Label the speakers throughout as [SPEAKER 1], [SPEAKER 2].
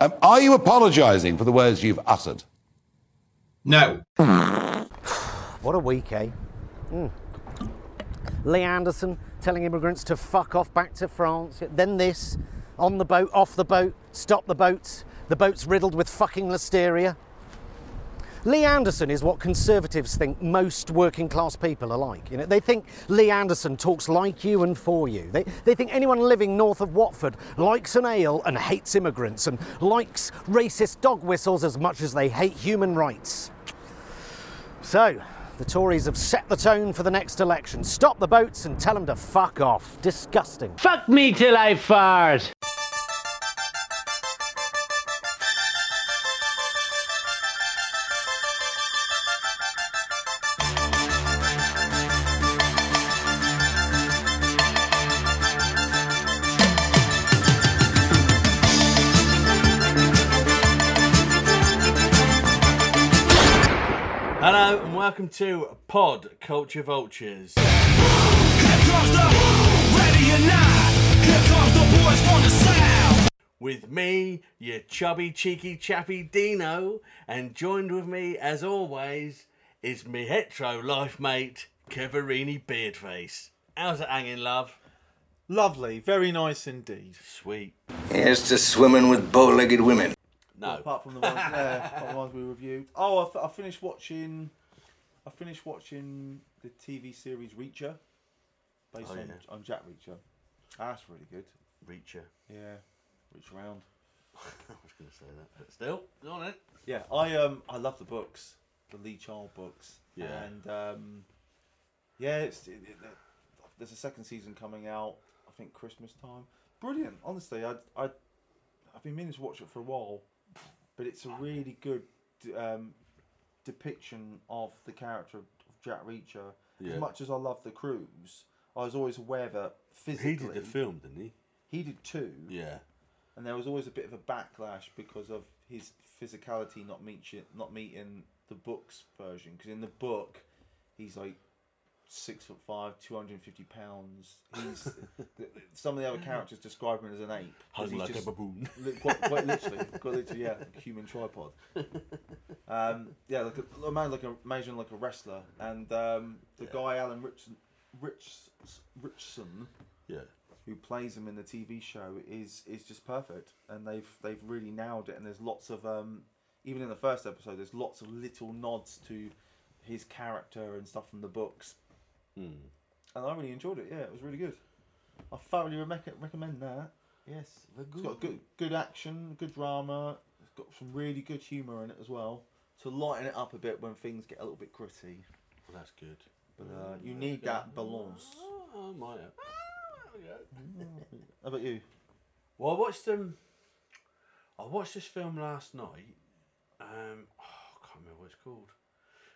[SPEAKER 1] Um, are you apologising for the words you've uttered?
[SPEAKER 2] No.
[SPEAKER 3] What a week, eh? Mm. Lee Anderson telling immigrants to fuck off back to France. Then this on the boat, off the boat, stop the boats. The boat's riddled with fucking listeria. Lee Anderson is what conservatives think most working class people are like. You know, they think Lee Anderson talks like you and for you. They, they think anyone living north of Watford likes an ale and hates immigrants and likes racist dog whistles as much as they hate human rights. So, the Tories have set the tone for the next election. Stop the boats and tell them to fuck off. Disgusting.
[SPEAKER 4] Fuck me till I fart.
[SPEAKER 5] Hello and welcome to Pod Culture Vultures. With me, your chubby, cheeky, chappy Dino, and joined with me, as always, is me hetero life mate, Keverini Beardface. How's it hanging, love?
[SPEAKER 6] Lovely, very nice indeed.
[SPEAKER 5] Sweet.
[SPEAKER 7] Here's to swimming with bow-legged women.
[SPEAKER 5] No.
[SPEAKER 6] Apart from the ones, yeah, apart from the ones we reviewed. Oh, I, f- I finished watching. I finished watching the TV series Reacher, based
[SPEAKER 5] Oh,
[SPEAKER 6] on,
[SPEAKER 5] yeah.
[SPEAKER 6] on Jack Reacher. Ah, That's really good.
[SPEAKER 5] Reacher.
[SPEAKER 6] Yeah, Reach Round.
[SPEAKER 5] I was going to say that, but still, go on it.
[SPEAKER 6] Yeah, I um, I love the books, the Lee Child books.
[SPEAKER 5] Yeah.
[SPEAKER 6] and um, yeah, it's it, it, there's a second season coming out. I think Christmas time. Brilliant, honestly. I I I've been meaning to watch it for a while, but it's a really good um, depiction of the character of Jack Reacher.
[SPEAKER 5] Yeah.
[SPEAKER 6] As much as I love the cruise, I was always aware that physically
[SPEAKER 5] He did the film, didn't
[SPEAKER 6] he did too
[SPEAKER 5] he? Yeah.
[SPEAKER 6] and there was always a bit of a backlash because of his physicality not meeting not meeting the book's version. Because in the book, he's like six foot five, two hundred and fifty pounds. He's th- some of the other characters describe him as an ape. 'cause
[SPEAKER 5] Hung
[SPEAKER 6] he's
[SPEAKER 5] like a
[SPEAKER 6] just-
[SPEAKER 5] baboon.
[SPEAKER 6] li- Quite, quite literally, quite literally, yeah, like a human tripod. Um, yeah, like a, a man, like a imagine like a wrestler, and um, the guy Alan Richson, Rich, Richson,
[SPEAKER 5] Yeah.
[SPEAKER 6] who plays him in the TV show is is just perfect, and they've they've really nailed it. And there's lots of um, even in the first episode, there's lots of little nods to his character and stuff from the books,
[SPEAKER 5] Hmm.
[SPEAKER 6] and I really enjoyed it. Yeah, it was really good. I thoroughly rec- recommend that. Yes, it's got good good action, good drama. It's got some really good humour in it as well to lighten it up a bit when things get a little bit gritty.
[SPEAKER 5] Well, that's good.
[SPEAKER 6] But uh, you need that balance.
[SPEAKER 5] Oh, I might have. Ah,
[SPEAKER 6] How about you?
[SPEAKER 5] Well, I watched um, I watched this film last night. Um, oh, I can't remember what it's called,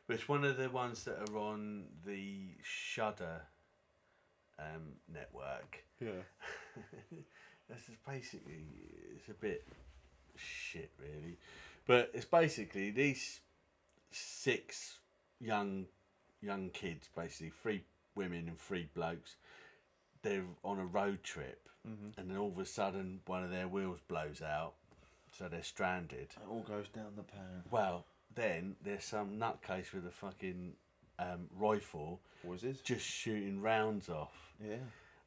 [SPEAKER 5] but it's one of the ones that are on the Shudder um, network.
[SPEAKER 6] Yeah.
[SPEAKER 5] This is basically it's a bit shit, really, but it's basically these six young young kids, basically three women and three blokes. They're on a road trip, and then all of a sudden, one of their wheels blows out, so they're stranded.
[SPEAKER 6] It all goes down the pan.
[SPEAKER 5] Well, then there's some nutcase with a fucking um, rifle
[SPEAKER 6] What is this?
[SPEAKER 5] just shooting rounds off,
[SPEAKER 6] Yeah.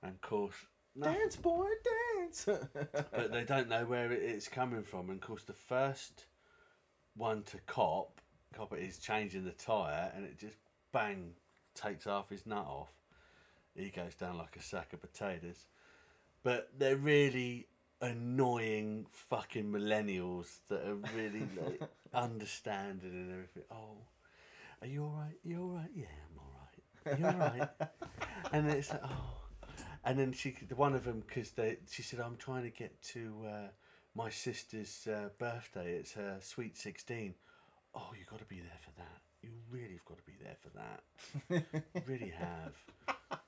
[SPEAKER 5] and of course. nothing-
[SPEAKER 6] Dance boy, dance.
[SPEAKER 5] but they don't know where it- it's coming from. And of course, the first one to cop, cop it is changing the tyre, and it just bang takes half his nut off. He goes down like a sack of potatoes. But they're really annoying fucking millennials that are really like understanding and everything. Oh, are you all right? You all right? Yeah, I'm all right. You all right? and it's like, oh. And then she, the one of them, because they, she said, I'm trying to get to uh, my sister's uh, birthday. It's her sweet 16. Oh, you got to be there for that. You really have got to be there for that. You really have.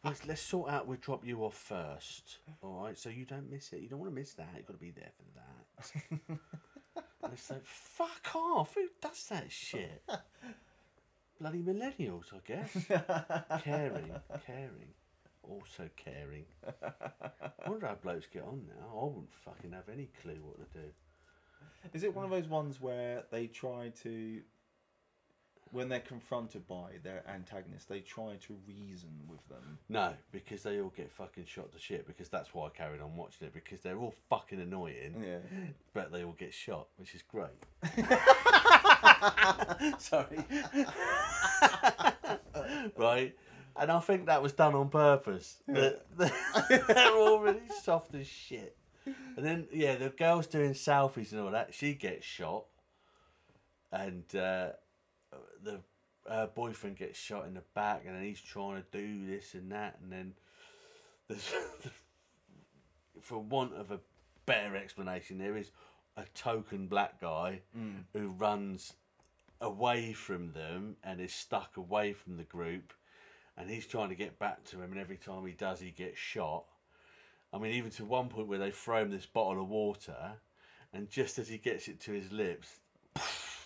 [SPEAKER 5] Let's, let's sort out. We'll drop you off first. All right. So you don't miss it. You don't want to miss that. You've got to be there for that. and it's like, fuck off. Who does that shit? Bloody millennials, I guess. caring, caring also caring. I wonder how blokes get on now. I wouldn't fucking have any clue what to do.
[SPEAKER 6] Is it one of those ones where they try to, when they're confronted by their antagonist, they try to reason with them?
[SPEAKER 5] No, because they all get fucking shot to shit. Because that's why I carried on watching it. Because they're all fucking annoying.
[SPEAKER 6] Yeah.
[SPEAKER 5] But they all get shot, which is great. Sorry. right? And I think that was done on purpose. They're, they're all really soft as shit. And then, yeah, the girl's doing selfies and all that. She gets shot. And uh, the her boyfriend gets shot in the back. And then he's trying to do this and that. And then there's, for want of a better explanation, there is a token black guy who runs away from them and is stuck away from the group, and he's trying to get back to him, and every time he does, he gets shot. I mean, even to one point where they throw him this bottle of water, and just as he gets it to his lips,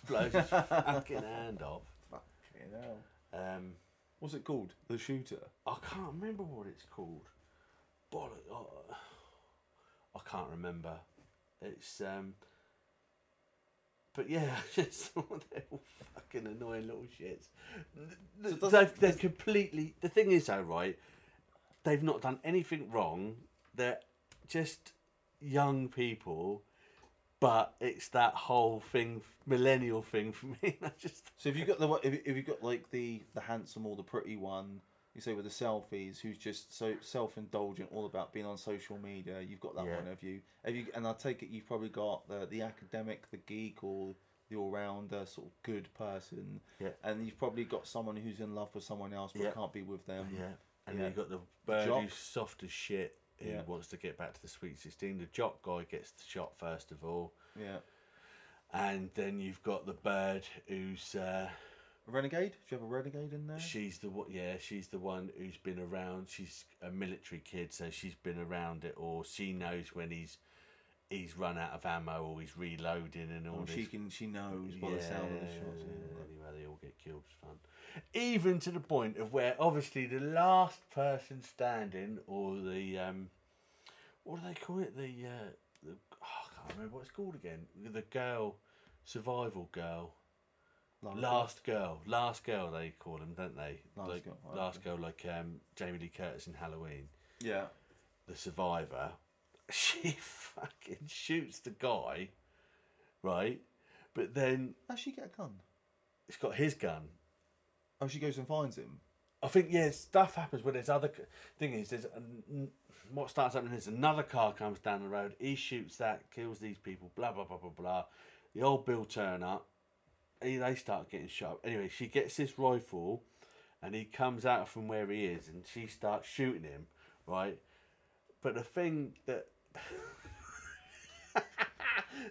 [SPEAKER 5] blows his fucking hand off.
[SPEAKER 6] Fucking hell.
[SPEAKER 5] Um,
[SPEAKER 6] What's it called? The Shooter.
[SPEAKER 5] I can't remember what it's called. Bollock. oh, I can't remember. It's um. But yeah, I just thought they're all fucking annoying little shits. Th-
[SPEAKER 6] does-
[SPEAKER 5] They've, they're completely. The thing is, though, right? They've not done anything wrong. They're just young people, but it's that whole thing, millennial thing for me. I just
[SPEAKER 6] So if you got the one- if if you got like the the handsome or the pretty one, you say with the selfies, who's just so self indulgent, all about being on social media. You've got that
[SPEAKER 5] Yeah.
[SPEAKER 6] one, have you? Have you? And I take it you've probably got the the academic, the geek, or the all rounder sort of good person.
[SPEAKER 5] Yeah.
[SPEAKER 6] And you've probably got someone who's in love with someone else but
[SPEAKER 5] Yeah.
[SPEAKER 6] can't be with them.
[SPEAKER 5] Yeah. And
[SPEAKER 6] Yeah.
[SPEAKER 5] you've got the bird
[SPEAKER 6] jock.
[SPEAKER 5] who's soft as shit who
[SPEAKER 6] Yeah.
[SPEAKER 5] wants to get back to the Sweet 16. The jock guy gets the shot first of all.
[SPEAKER 6] Yeah.
[SPEAKER 5] And then you've got the bird who's. Uh,
[SPEAKER 6] Renegade? Do you have a renegade in there?
[SPEAKER 5] she's the one. Yeah, she's the one who's been around. She's a military kid, so she's been around it all. She knows when he's he's run out of ammo or he's reloading and all
[SPEAKER 6] Or
[SPEAKER 5] this.
[SPEAKER 6] she can. She knows by the sound of the shots. Yeah.
[SPEAKER 5] Anyway, they all get killed. It's fun. Even to the point of where obviously the last person standing, or the um, what do they call it? The, uh, the oh, I can't remember what it's called again. The girl, survival girl,
[SPEAKER 6] Like-
[SPEAKER 5] last girl, last girl. They call them, don't they?
[SPEAKER 6] Last
[SPEAKER 5] like,
[SPEAKER 6] girl, right,
[SPEAKER 5] last girl, like um, Jamie Lee Curtis in Halloween
[SPEAKER 6] Yeah.
[SPEAKER 5] the survivor, she fucking shoots the guy, right? But then
[SPEAKER 6] How she get a gun?
[SPEAKER 5] it's got his gun.
[SPEAKER 6] Oh, she goes and finds him.
[SPEAKER 5] I think yeah, stuff happens when there's other c- thing is there's an- n- what starts happening is another car comes down the road. He shoots that, kills these people. Blah blah blah blah blah. The old Bill turn up. He, they start getting shot. Anyway, she gets this rifle, and he comes out from where he is, and she starts shooting him. Right, but the thing that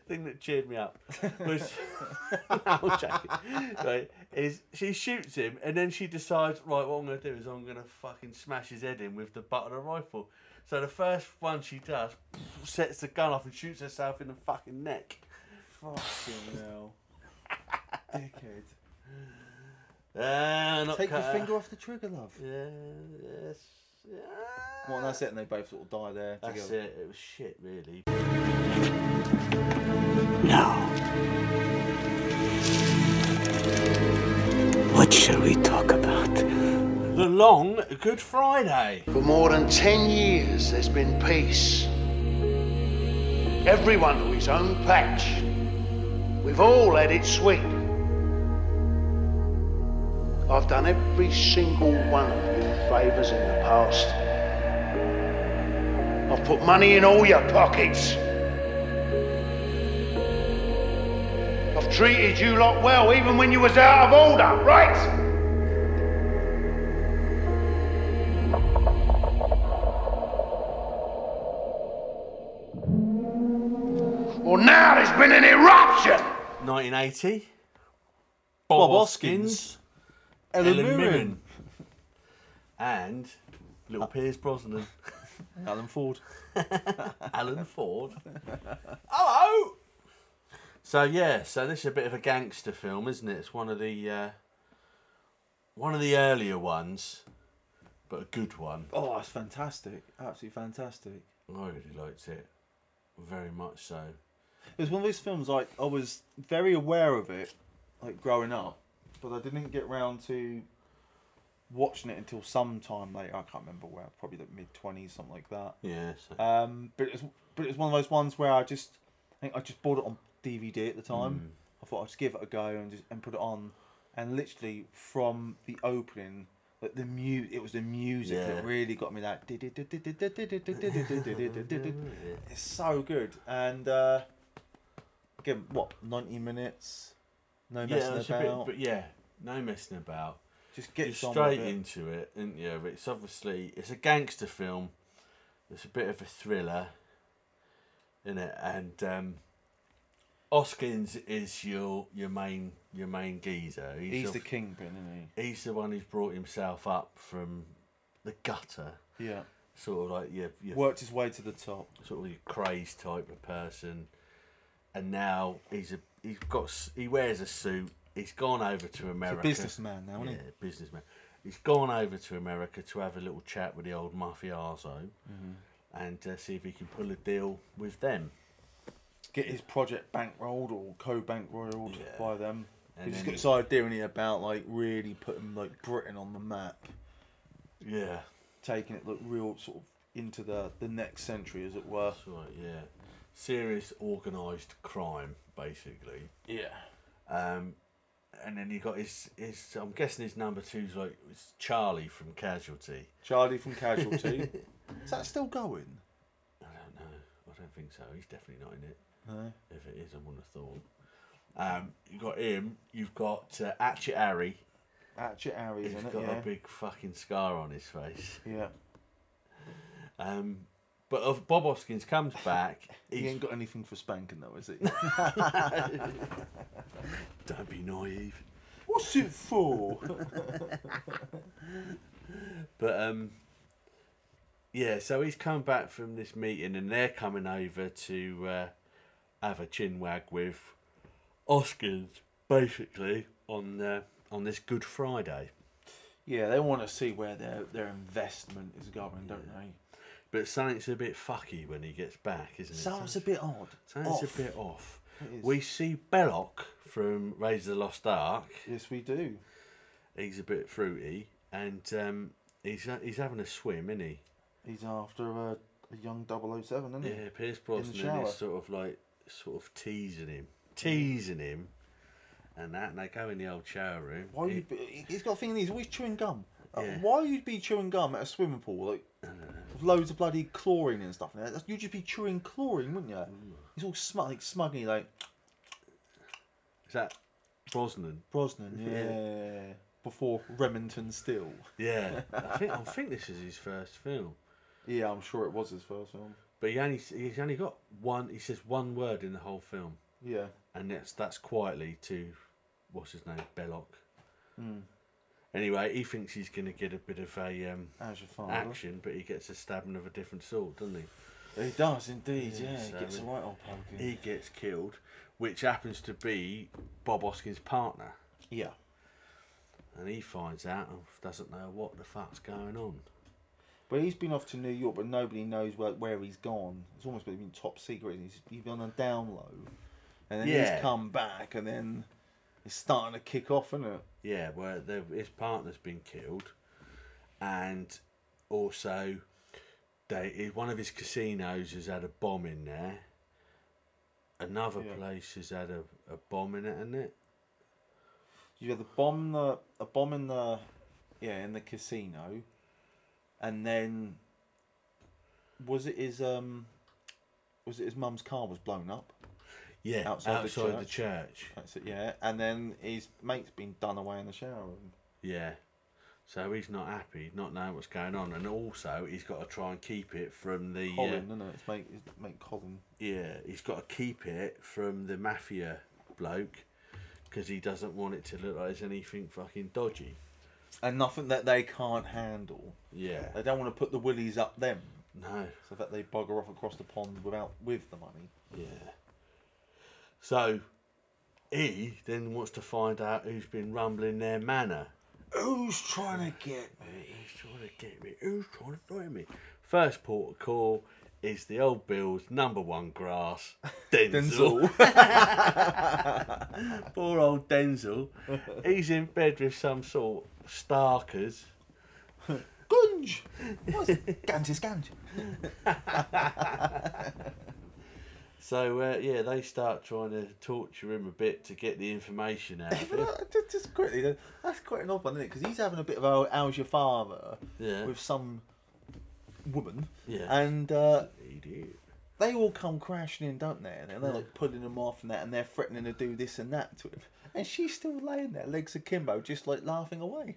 [SPEAKER 5] thing that cheered me up was no, joking, right, is she shoots him and then she decides, right, what I'm gonna do is I'm gonna fucking smash his head in with the butt of the rifle. So the first one she does sets the gun off and shoots herself in the fucking neck.
[SPEAKER 6] Fucking hell. Dickhead.
[SPEAKER 5] Ah, not
[SPEAKER 6] Take your
[SPEAKER 5] cut her.
[SPEAKER 6] finger off the trigger, love.
[SPEAKER 5] Yeah, yes. yeah.
[SPEAKER 6] Well, that's it, and they both sort of die there
[SPEAKER 5] That's
[SPEAKER 6] together.
[SPEAKER 5] it. It was shit, really.
[SPEAKER 8] Now, what shall we talk about?
[SPEAKER 5] The long Good Friday.
[SPEAKER 9] For more than 10 years, there's been peace. Everyone to his own patch. We've all had it sweet. I've done every single one of you favours in the past. I've put money in all your pockets. I've treated you lot well, even when you was out of order, right? Well, now there's been an eruption.
[SPEAKER 5] 1980.
[SPEAKER 6] Bob Hoskins,
[SPEAKER 5] Ellen Mirren. And little Piers Brosnan.
[SPEAKER 6] Alan Ford.
[SPEAKER 5] Alan Ford. Hello! So yeah, so this is a bit of a gangster film, isn't it? It's one of the uh, one of the earlier ones, but a good one.
[SPEAKER 6] Oh, that's fantastic. Absolutely fantastic.
[SPEAKER 5] I really liked it, very much so.
[SPEAKER 6] It was one of those films like I was very aware of it, like growing up, but I didn't get round to watching it until sometime later. I can't remember where, probably the mid twenties, something like that.
[SPEAKER 5] Yeah. So.
[SPEAKER 6] Um, but it was but it was one of those ones where I just I think I just bought it on DVD at the time. I thought I'd just give it a go and just and put it on, and literally from the opening. Like the mu- it was the music that
[SPEAKER 5] Yeah.
[SPEAKER 6] really got me. That it's so good, and uh, again, what ninety minutes, no
[SPEAKER 5] yeah,
[SPEAKER 6] messing
[SPEAKER 5] that's a bit,
[SPEAKER 6] about.
[SPEAKER 5] but yeah, no messing about.
[SPEAKER 6] just get
[SPEAKER 5] You're
[SPEAKER 6] straight
[SPEAKER 5] straight
[SPEAKER 6] in.
[SPEAKER 5] into it, and yeah, but it's obviously it's a gangster film. It's a bit of a thriller, in it, and um, Hoskins is your your main your main geezer. He's,
[SPEAKER 6] He's the
[SPEAKER 5] obv-
[SPEAKER 6] kingpin, isn't
[SPEAKER 5] he's the one who's brought himself up from the gutter,
[SPEAKER 6] he? Yeah.
[SPEAKER 5] sort of like your, your
[SPEAKER 6] Worked his way to the top.
[SPEAKER 5] sort of your crazed type of person, and now he's a he's got s- he wears a suit. He's gone over to
[SPEAKER 6] He's a
[SPEAKER 5] America.
[SPEAKER 6] businessman now, isn't
[SPEAKER 5] Yeah, businessman. He's gone over to America to have a little chat with the old mafioso
[SPEAKER 6] Mm-hmm.
[SPEAKER 5] and uh, see if he can pull a deal with them.
[SPEAKER 6] he? Get his project bankrolled or co-bankrolled
[SPEAKER 5] Yeah.
[SPEAKER 6] by them.
[SPEAKER 5] And
[SPEAKER 6] He just
[SPEAKER 5] then
[SPEAKER 6] got this idea in here about like really putting like Britain on the map,
[SPEAKER 5] Yeah,
[SPEAKER 6] taking it like real sort of into the the next century, as it were.
[SPEAKER 5] that's right. Yeah, serious organised crime, basically.
[SPEAKER 6] Yeah.
[SPEAKER 5] Um, and then you got his his. I'm guessing his number two's like it's Charlie from Casualty.
[SPEAKER 6] Charlie from Casualty. Is that still going?
[SPEAKER 5] I don't know. I don't think so. He's definitely not in it.
[SPEAKER 6] No.
[SPEAKER 5] If it is, I wouldn't have thought. Um, you've got him. You've got uh, Atchet Harry.
[SPEAKER 6] Actually, Harry's
[SPEAKER 5] He's
[SPEAKER 6] in it.
[SPEAKER 5] got
[SPEAKER 6] Yeah.
[SPEAKER 5] a big fucking scar on his face.
[SPEAKER 6] yeah.
[SPEAKER 5] Um, but if Bob Hoskins comes back,
[SPEAKER 6] He
[SPEAKER 5] he's
[SPEAKER 6] ain't got anything for spanking though, is he?
[SPEAKER 5] don't be naive.
[SPEAKER 6] What's it for?
[SPEAKER 5] But um, yeah, so he's come back from this meeting, and they're coming over to uh, have a chin wag with Hoskins, basically on uh, on this Good Friday.
[SPEAKER 6] yeah, they want to see where their their investment is going, don't they?
[SPEAKER 5] But something's a bit fucky when he gets back, isn't it?
[SPEAKER 6] Sounds a bit odd.
[SPEAKER 5] something's
[SPEAKER 6] Off.
[SPEAKER 5] a bit off.
[SPEAKER 6] is.
[SPEAKER 5] We see Belloc from Raiders of the Lost Ark.
[SPEAKER 6] Yes, we do.
[SPEAKER 5] He's a bit fruity, and um, he's he's having a swim, isn't he?
[SPEAKER 6] He's after a, a young 007, isn't he?
[SPEAKER 5] Yeah, Pierce Brosnan
[SPEAKER 6] shower.
[SPEAKER 5] is sort of like sort of teasing him, teasing him, and that. And they go in the old shower room.
[SPEAKER 6] Why
[SPEAKER 5] He-
[SPEAKER 6] you be, he- he's got a thing in these always chewing gum. Like,
[SPEAKER 5] Yeah.
[SPEAKER 6] Why you'd be chewing gum at a swimming pool like with loads of bloody chlorine and stuff in there? That's- You'd just be chewing chlorine, wouldn't you? He's all smug, like smuggy, like
[SPEAKER 5] is that Brosnan?
[SPEAKER 6] Brosnan. Yeah. Before Remington Steele.
[SPEAKER 5] Yeah, I think I think this is his first film,
[SPEAKER 6] Yeah, I'm sure it was his first film.
[SPEAKER 5] but he only he's only got one. He says one word in the whole film,
[SPEAKER 6] Yeah.
[SPEAKER 5] and that's that's quietly to what's his name Belloc.
[SPEAKER 6] Hmm.
[SPEAKER 5] Anyway, he thinks he's going to get a bit of a um,
[SPEAKER 6] How's your father?
[SPEAKER 5] action, but he gets a stabbing of a different sort, doesn't he?
[SPEAKER 6] He does indeed,
[SPEAKER 5] Yeah,
[SPEAKER 6] yeah.
[SPEAKER 5] so
[SPEAKER 6] he gets a
[SPEAKER 5] we-
[SPEAKER 6] right old poking.
[SPEAKER 5] he gets killed, which happens to be Bob Hoskins' partner,
[SPEAKER 6] yeah.
[SPEAKER 5] and he finds out and doesn't know what the fuck's going on.
[SPEAKER 6] But he's been off to New York, but nobody knows where, where he's gone. It's almost been top secret. He's, he's been on a down low, and then
[SPEAKER 5] Yeah.
[SPEAKER 6] he's come back, and then it's starting to kick off, isn't it?
[SPEAKER 5] Yeah, where the, his partner's been killed, and also, they one of his casinos has had a bomb in there. Another
[SPEAKER 6] Yeah.
[SPEAKER 5] place has had a, a bomb in it, hasn't it?
[SPEAKER 6] You had the bomb, the a bomb in the yeah in the casino, and then was it his um was it his mum's car was blown up?
[SPEAKER 5] Yeah, outside,
[SPEAKER 6] Outside the
[SPEAKER 5] the church.
[SPEAKER 6] That's it, yeah. And then his mate's been done away in the shower room.
[SPEAKER 5] Yeah. So he's not happy, not knowing what's going on, and also he's got to try and keep it from the uh,
[SPEAKER 6] Colin, isn't it? It's mate, his mate Colin.
[SPEAKER 5] Yeah, he's got to keep it from the mafia bloke because he doesn't want it to look like there's anything fucking dodgy.
[SPEAKER 6] And nothing that they can't handle.
[SPEAKER 5] Yeah.
[SPEAKER 6] They don't want to put the willies up them,
[SPEAKER 5] No.
[SPEAKER 6] so that they bugger off across the pond without with the money.
[SPEAKER 5] Yeah. So he then wants to find out who's been rumbling their manor.
[SPEAKER 6] Who's trying to get me?
[SPEAKER 5] Who's trying to get me? Who's trying to throw me? First port of call is the old Bill's number one grass, Denzel. Poor old Denzel. He's in bed with some sort of starkers.
[SPEAKER 6] Gunge! What's it? Gant is Gant.
[SPEAKER 5] So uh, yeah, they start trying to torture him a bit to get the information out of
[SPEAKER 6] But
[SPEAKER 5] him.
[SPEAKER 6] uh, ju- just quickly, though, that's quite an odd one, isn't it? Because he's having a bit of a "How's your father?"
[SPEAKER 5] Yeah.
[SPEAKER 6] with some woman,
[SPEAKER 5] Yeah.
[SPEAKER 6] and uh,
[SPEAKER 5] Idiot.
[SPEAKER 6] they all come crashing in, don't they? And they're like pulling him off and that, and they're threatening to do this and that to him, and she's still laying there, legs akimbo, just like laughing away,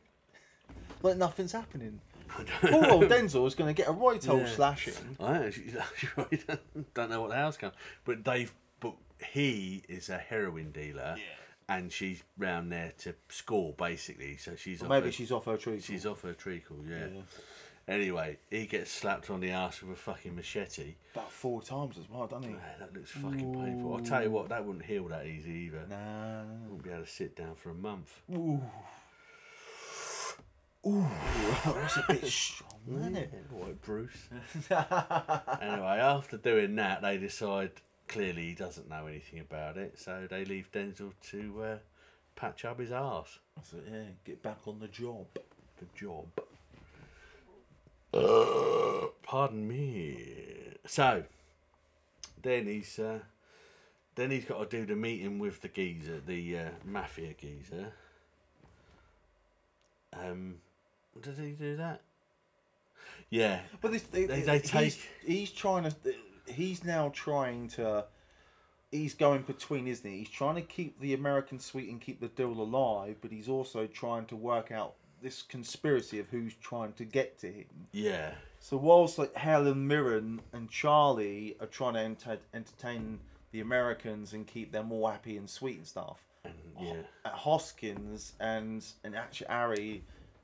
[SPEAKER 6] like nothing's happening. Poor old Denzel is going to get a right old
[SPEAKER 5] Yeah.
[SPEAKER 6] slashing.
[SPEAKER 5] I actually I don't know what the outcome, but they've but he is a heroin dealer, and she's round there to score basically. So she's off
[SPEAKER 6] Maybe
[SPEAKER 5] her-
[SPEAKER 6] she's off her tree.
[SPEAKER 5] she's off her treacle, yeah. Anyway, he gets slapped on the ass with a fucking machete.
[SPEAKER 6] about four times as well, doesn't he?
[SPEAKER 5] Man, that looks fucking painful. I'll tell you what, that wouldn't heal that easy either.
[SPEAKER 6] Nah.
[SPEAKER 5] Wouldn't be able to sit down for a month.
[SPEAKER 6] that's a bit strong, isn't it?
[SPEAKER 5] White Bruce. anyway, after doing that, they decide clearly he doesn't know anything about it, so they leave Denzel to uh, patch up his arse.
[SPEAKER 6] That's it, yeah. Get back on the job.
[SPEAKER 5] The job. Pardon me. So then he's uh, then he's got to do the meeting with the geezer, the uh, mafia geezer. Um, did he do that? Yeah,
[SPEAKER 6] But this, they,
[SPEAKER 5] They- they
[SPEAKER 6] he's-
[SPEAKER 5] take-
[SPEAKER 6] He's, trying to. He's now trying to. He's going between, isn't he? He's trying to keep the American sweet and keep the deal alive, but he's also trying to work out this conspiracy of who's trying to get to him.
[SPEAKER 5] yeah,
[SPEAKER 6] So whilst like Helen Mirren and Charlie are trying to enter, entertain the Americans and keep them all happy and sweet and stuff,
[SPEAKER 5] yeah.
[SPEAKER 6] at Hoskins and and Achari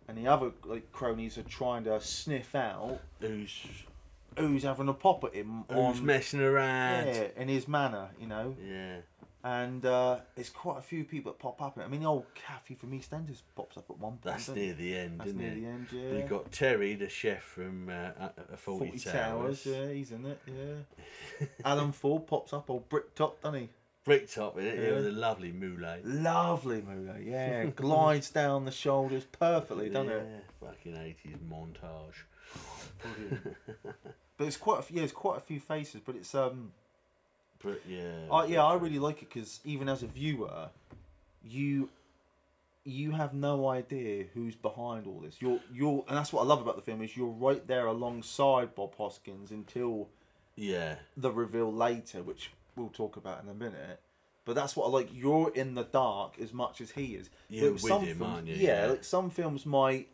[SPEAKER 6] and the other like cronies are trying to sniff out
[SPEAKER 5] Who's
[SPEAKER 6] who's having a pop at him
[SPEAKER 5] who's
[SPEAKER 6] on
[SPEAKER 5] messing around?
[SPEAKER 6] yeah, in his manner, you know.
[SPEAKER 5] Yeah.
[SPEAKER 6] And uh, it's quite a few people that pop up. I mean, the old Kathy from EastEnders pops up at one point.
[SPEAKER 5] That's
[SPEAKER 6] doesn't
[SPEAKER 5] near
[SPEAKER 6] it?
[SPEAKER 5] the end,
[SPEAKER 6] That's
[SPEAKER 5] isn't
[SPEAKER 6] near
[SPEAKER 5] it?
[SPEAKER 6] the end, yeah.
[SPEAKER 5] You've got Terry, the chef from uh, uh, uh, 40,
[SPEAKER 6] Forty
[SPEAKER 5] Towers.
[SPEAKER 6] Towers, yeah, he's in it, yeah. Alan Ford pops up, old brick top, doesn't he?
[SPEAKER 5] Bricktop in it, yeah,
[SPEAKER 6] Yeah.
[SPEAKER 5] with a lovely moulet.
[SPEAKER 6] Lovely Mulo, yeah. Glides down the shoulders perfectly, doesn't
[SPEAKER 5] yeah,
[SPEAKER 6] it?
[SPEAKER 5] Fucking 80s montage.
[SPEAKER 6] But it's quite a few, yeah, it's quite a few faces, but it's um,
[SPEAKER 5] Brit, yeah.
[SPEAKER 6] I, yeah, I really like it because even as a viewer, you you have no idea who's behind all this. You're you're, and that's what I love about the film is you're right there alongside Bob Hoskins until
[SPEAKER 5] Yeah.
[SPEAKER 6] the reveal later, which we'll talk about in a minute. But that's what I like. You're in the dark as much as he is.
[SPEAKER 5] You're
[SPEAKER 6] But
[SPEAKER 5] with
[SPEAKER 6] some
[SPEAKER 5] him,
[SPEAKER 6] films-
[SPEAKER 5] aren't you?
[SPEAKER 6] Yeah,
[SPEAKER 5] Yeah.
[SPEAKER 6] like some films might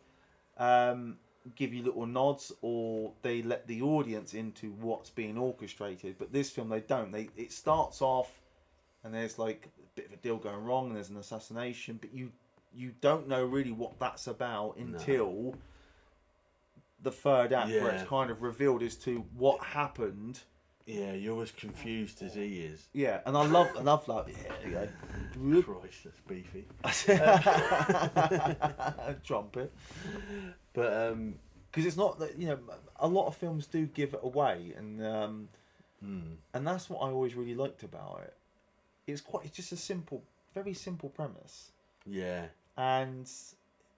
[SPEAKER 6] um, give you little nods, or they let the audience into what's being orchestrated. But this film, they don't. They it starts off, and there's like a bit of a deal going wrong, and there's an assassination, but you you don't know really what that's about until the third act, where
[SPEAKER 5] Yeah.
[SPEAKER 6] it's kind of revealed as to what happened.
[SPEAKER 5] Yeah, you're as confused as he is.
[SPEAKER 6] Yeah, and I love, I love like, yeah, there you
[SPEAKER 5] Christ, that's beefy.
[SPEAKER 6] go, trumpet.
[SPEAKER 5] But, um,
[SPEAKER 6] Because it's not that you know, a lot of films do give it away, and um, and that's what I always really liked about it. It's quite, it's just a simple, very simple premise,
[SPEAKER 5] yeah.
[SPEAKER 6] and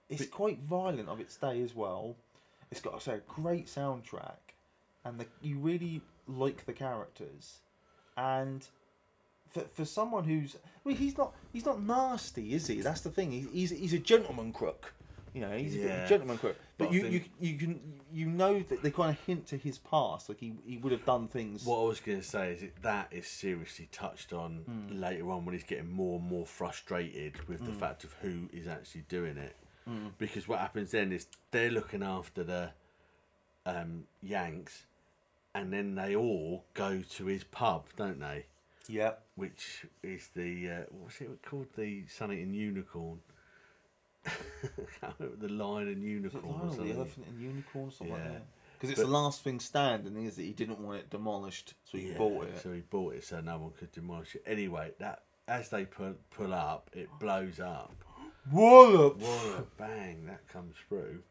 [SPEAKER 6] it's quite violent of its day as well. It's got, I say, a great soundtrack, and the, you really like the characters, and for, for someone who's I mean, he's not he's not nasty, is he? That's the thing. He's he's, he's a gentleman crook. You know, he's a bit of
[SPEAKER 5] Yeah.
[SPEAKER 6] a gentleman crook.
[SPEAKER 5] But
[SPEAKER 6] But,
[SPEAKER 5] I
[SPEAKER 6] you,
[SPEAKER 5] think-
[SPEAKER 6] you you can you know that they kind of hint to his past, like he, he would have done things.
[SPEAKER 5] What I was going to say is that, that is seriously touched on later on when he's getting more and more frustrated with the fact of who is actually doing it. Because what happens then is they're looking after the um, Yanks and then they all go to his pub, don't they?
[SPEAKER 6] Yeah,
[SPEAKER 5] Which is the, uh, what was it called? The Sunny and Unicorn. Can't remember, the Lion and Unicorn. or
[SPEAKER 6] Lionel, the
[SPEAKER 5] something.
[SPEAKER 6] elephant and unicorn, something like
[SPEAKER 5] Yeah.
[SPEAKER 6] that. Because it's the last thing standing, is it? He didn't want it demolished, so he
[SPEAKER 5] Yeah,
[SPEAKER 6] bought it.
[SPEAKER 5] So he bought it so no one could demolish it. Anyway, that as they pull, pull up, it blows up.
[SPEAKER 6] Wallop!
[SPEAKER 5] What a bang that comes through.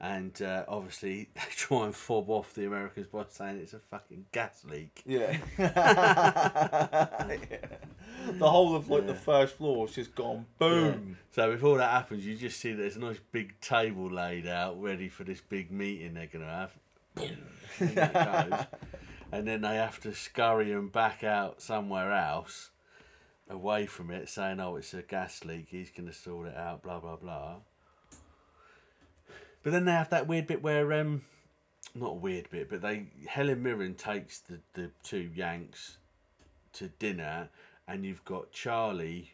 [SPEAKER 5] and uh, obviously they try and fob off the Americans by saying it's a fucking gas leak.
[SPEAKER 6] Yeah. The whole of like the first floor has just gone boom.
[SPEAKER 5] So before that happens, you just see there's a nice big table laid out ready for this big meeting they're gonna have. and, that goes. And then they have to scurry them back out somewhere else, away from it, saying, "Oh, it's a gas leak. He's gonna sort it out." Blah blah blah. But then they have that weird bit where, um, not a weird bit, but they Helen Mirren takes the the two Yanks to dinner, and you've got Charlie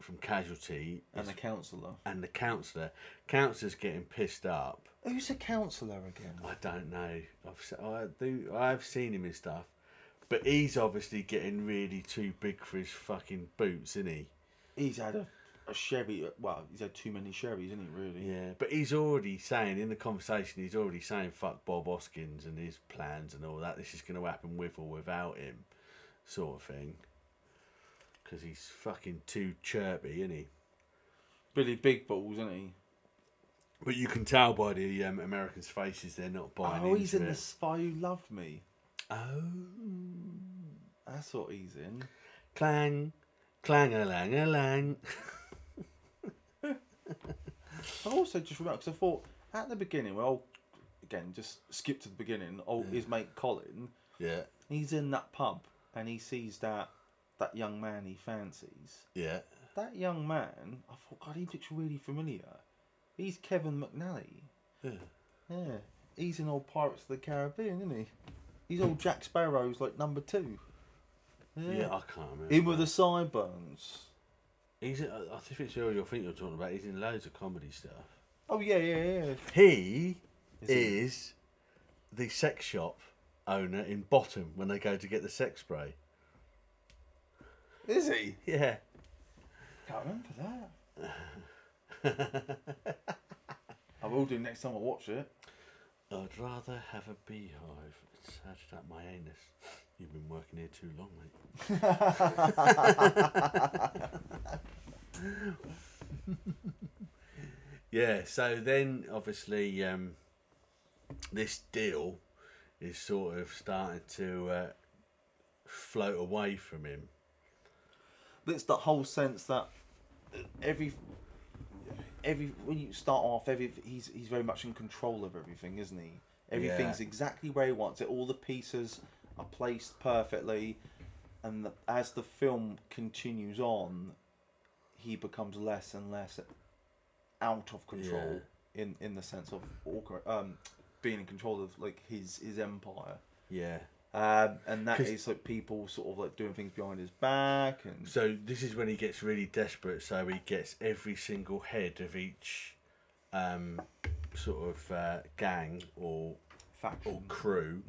[SPEAKER 5] from Casualty
[SPEAKER 6] And the councillor.
[SPEAKER 5] and the counsellor. Counsellor's getting pissed up.
[SPEAKER 6] Who's a councillor again?
[SPEAKER 5] I don't know. I've se- I do. I've seen him and stuff, but he's obviously getting really too big for his fucking boots, isn't he?
[SPEAKER 6] He's had a, a Chevy. Well, he's had too many Chevys, isn't he? Really?
[SPEAKER 5] Yeah. But he's already saying in the conversation, he's already saying fuck Bob Hoskins and his plans and all that. This is going to happen with or without him, sort of thing. Because he's fucking too chirpy, isn't he?
[SPEAKER 6] Really big balls, isn't he?
[SPEAKER 5] But you can tell by the um, Americans' faces they're not buying
[SPEAKER 6] Oh, he's
[SPEAKER 5] into
[SPEAKER 6] in
[SPEAKER 5] it.
[SPEAKER 6] the Spy Who Loved Me.
[SPEAKER 5] Oh.
[SPEAKER 6] That's what he's in.
[SPEAKER 5] Clang, clang a lang a lang.
[SPEAKER 6] I also just remember because I thought at the beginning, well, again, just skip to the beginning. Oh, his mate Colin,
[SPEAKER 5] Yeah,
[SPEAKER 6] he's in that pub and he sees that that young man he fancies.
[SPEAKER 5] yeah.
[SPEAKER 6] That young man, I thought, God, he looks really familiar. He's Kevin McNally. Yeah. Yeah. He's in old Pirates of the Caribbean, isn't he? He's old Jack Sparrow's like number two.
[SPEAKER 5] Yeah, I can't remember.
[SPEAKER 6] In with the sideburns.
[SPEAKER 5] He's. I I think it's who you think you're talking about. He's in loads of comedy stuff.
[SPEAKER 6] Oh yeah, yeah, yeah.
[SPEAKER 5] He is, the sex shop owner in Bottom when they go to get the sex spray.
[SPEAKER 6] Is he?
[SPEAKER 5] Yeah.
[SPEAKER 6] Can't remember that. I will do next time I watch it.
[SPEAKER 5] I'd rather have a beehive. It's hatched up my anus. You've been working here too long, mate. yeah, so then obviously um, this deal is sort of starting to uh, float away from him.
[SPEAKER 6] But it's the whole sense that every every when you start off, every he's he's very much in control of everything, isn't he? Everything's
[SPEAKER 5] Yeah.
[SPEAKER 6] exactly where he wants it. All the pieces are placed perfectly, and the, as the film continues on, he becomes less and less out of control in in the sense of orca- um, being in control of like his his empire.
[SPEAKER 5] Yeah.
[SPEAKER 6] Um, and that
[SPEAKER 5] 'Cause-
[SPEAKER 6] is like people sort of like doing things behind his back and
[SPEAKER 5] So this is when he gets really desperate. So he gets every single head of each um, sort of uh, gang or or
[SPEAKER 6] faction. Hmm.
[SPEAKER 5] crew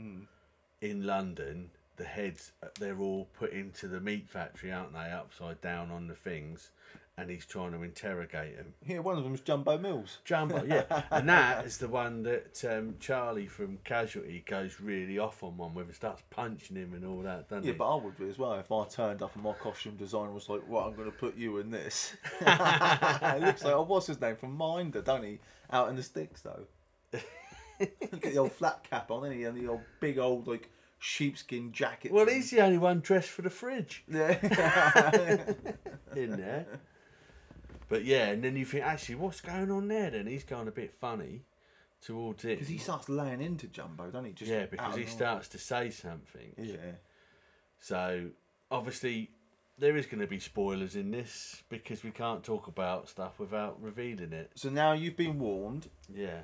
[SPEAKER 5] in London, the heads uh, they're all put into the meat factory, aren't they? Upside down on the things, and he's trying to interrogate them.
[SPEAKER 6] Yeah, one of them's Jumbo Mills.
[SPEAKER 5] Jumbo, yeah, and that is the one that um, Charlie from Casualty goes really off on one with and starts punching him and all that, doesn't
[SPEAKER 6] Yeah,
[SPEAKER 5] he?
[SPEAKER 6] but I would be as well if I turned up and my costume designer was like, "Right, I'm going to put you in this." it looks like oh, what's his name from Minder, don't he? Out in the sticks though. Get the old flap cap on, isn't he? And the old big old like sheepskin jacket.
[SPEAKER 5] well,
[SPEAKER 6] thing.
[SPEAKER 5] he's the only one dressed for the fridge.
[SPEAKER 6] yeah.
[SPEAKER 5] in there. But yeah, and then you think, actually, what's going on there? Then he's going a bit funny towards it.
[SPEAKER 6] Because he starts laying into Jumbo, don't he? Just
[SPEAKER 5] yeah,
[SPEAKER 6] out
[SPEAKER 5] because
[SPEAKER 6] of
[SPEAKER 5] he
[SPEAKER 6] nowhere.
[SPEAKER 5] starts to say something.
[SPEAKER 6] Yeah.
[SPEAKER 5] So obviously, there is going to be spoilers in this because we can't talk about stuff without revealing it.
[SPEAKER 6] So now you've been warned.
[SPEAKER 5] Yeah.